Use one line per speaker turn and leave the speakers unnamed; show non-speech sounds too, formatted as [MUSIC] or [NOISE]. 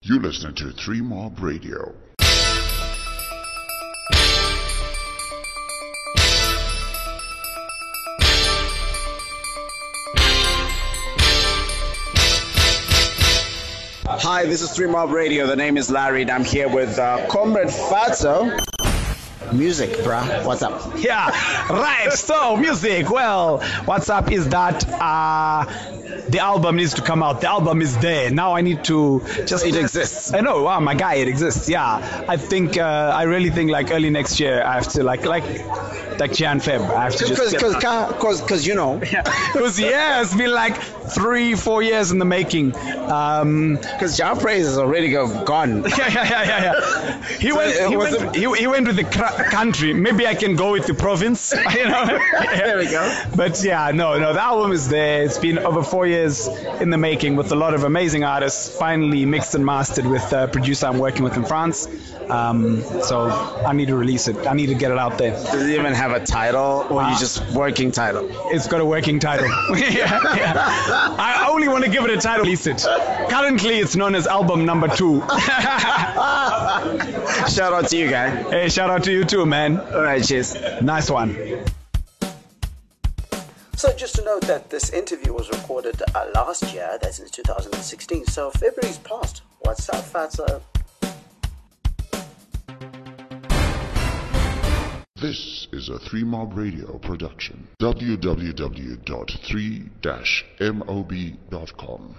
You're listening to Three Mob Radio.
Hi, this is Three Mob Radio. The name is Larry, and I'm here with uh, Comrade Fatso. Music, bruh. What's up?
Yeah, right. So, music. Well, what's up is that uh, the album needs to come out. The album is there. Now I need to just.
It exists.
I know. Wow, my guy, it exists. Yeah, I think uh, I really think like early next year I have to like like like Jan Feb. I have to just.
Because,
[LAUGHS] get-
because, because, you know,
Because yeah, it's been like three, four years in the making. Um,
because John Praise is already go- gone.
[LAUGHS] yeah, yeah, yeah, yeah, yeah. He went.
it
He
was
went, he, he went with the cra- country. Maybe I can go with the province. [LAUGHS] You know.
[LAUGHS] There we go.
But yeah, no, no, the album is there. It's been over four years in the making with a lot of amazing artists. Finally mixed and mastered with a producer I'm working with in France. Um, so I need to release it. I need to get it out there.
Does it even have a title, or you just working title?
It's got a working title. [LAUGHS] yeah, yeah. I only want to give it a title. Release it. Currently, it's known as album number two. [LAUGHS]
Shout out to you, guy.
hey, shout out to you too, man.
All right, cheers.
Nice one.
So just to note that this interview was recorded uh, last year, that's in 2016, so February's passed. What's up, Fatso?
This is a Three Mob Radio production. www.3-mob.com.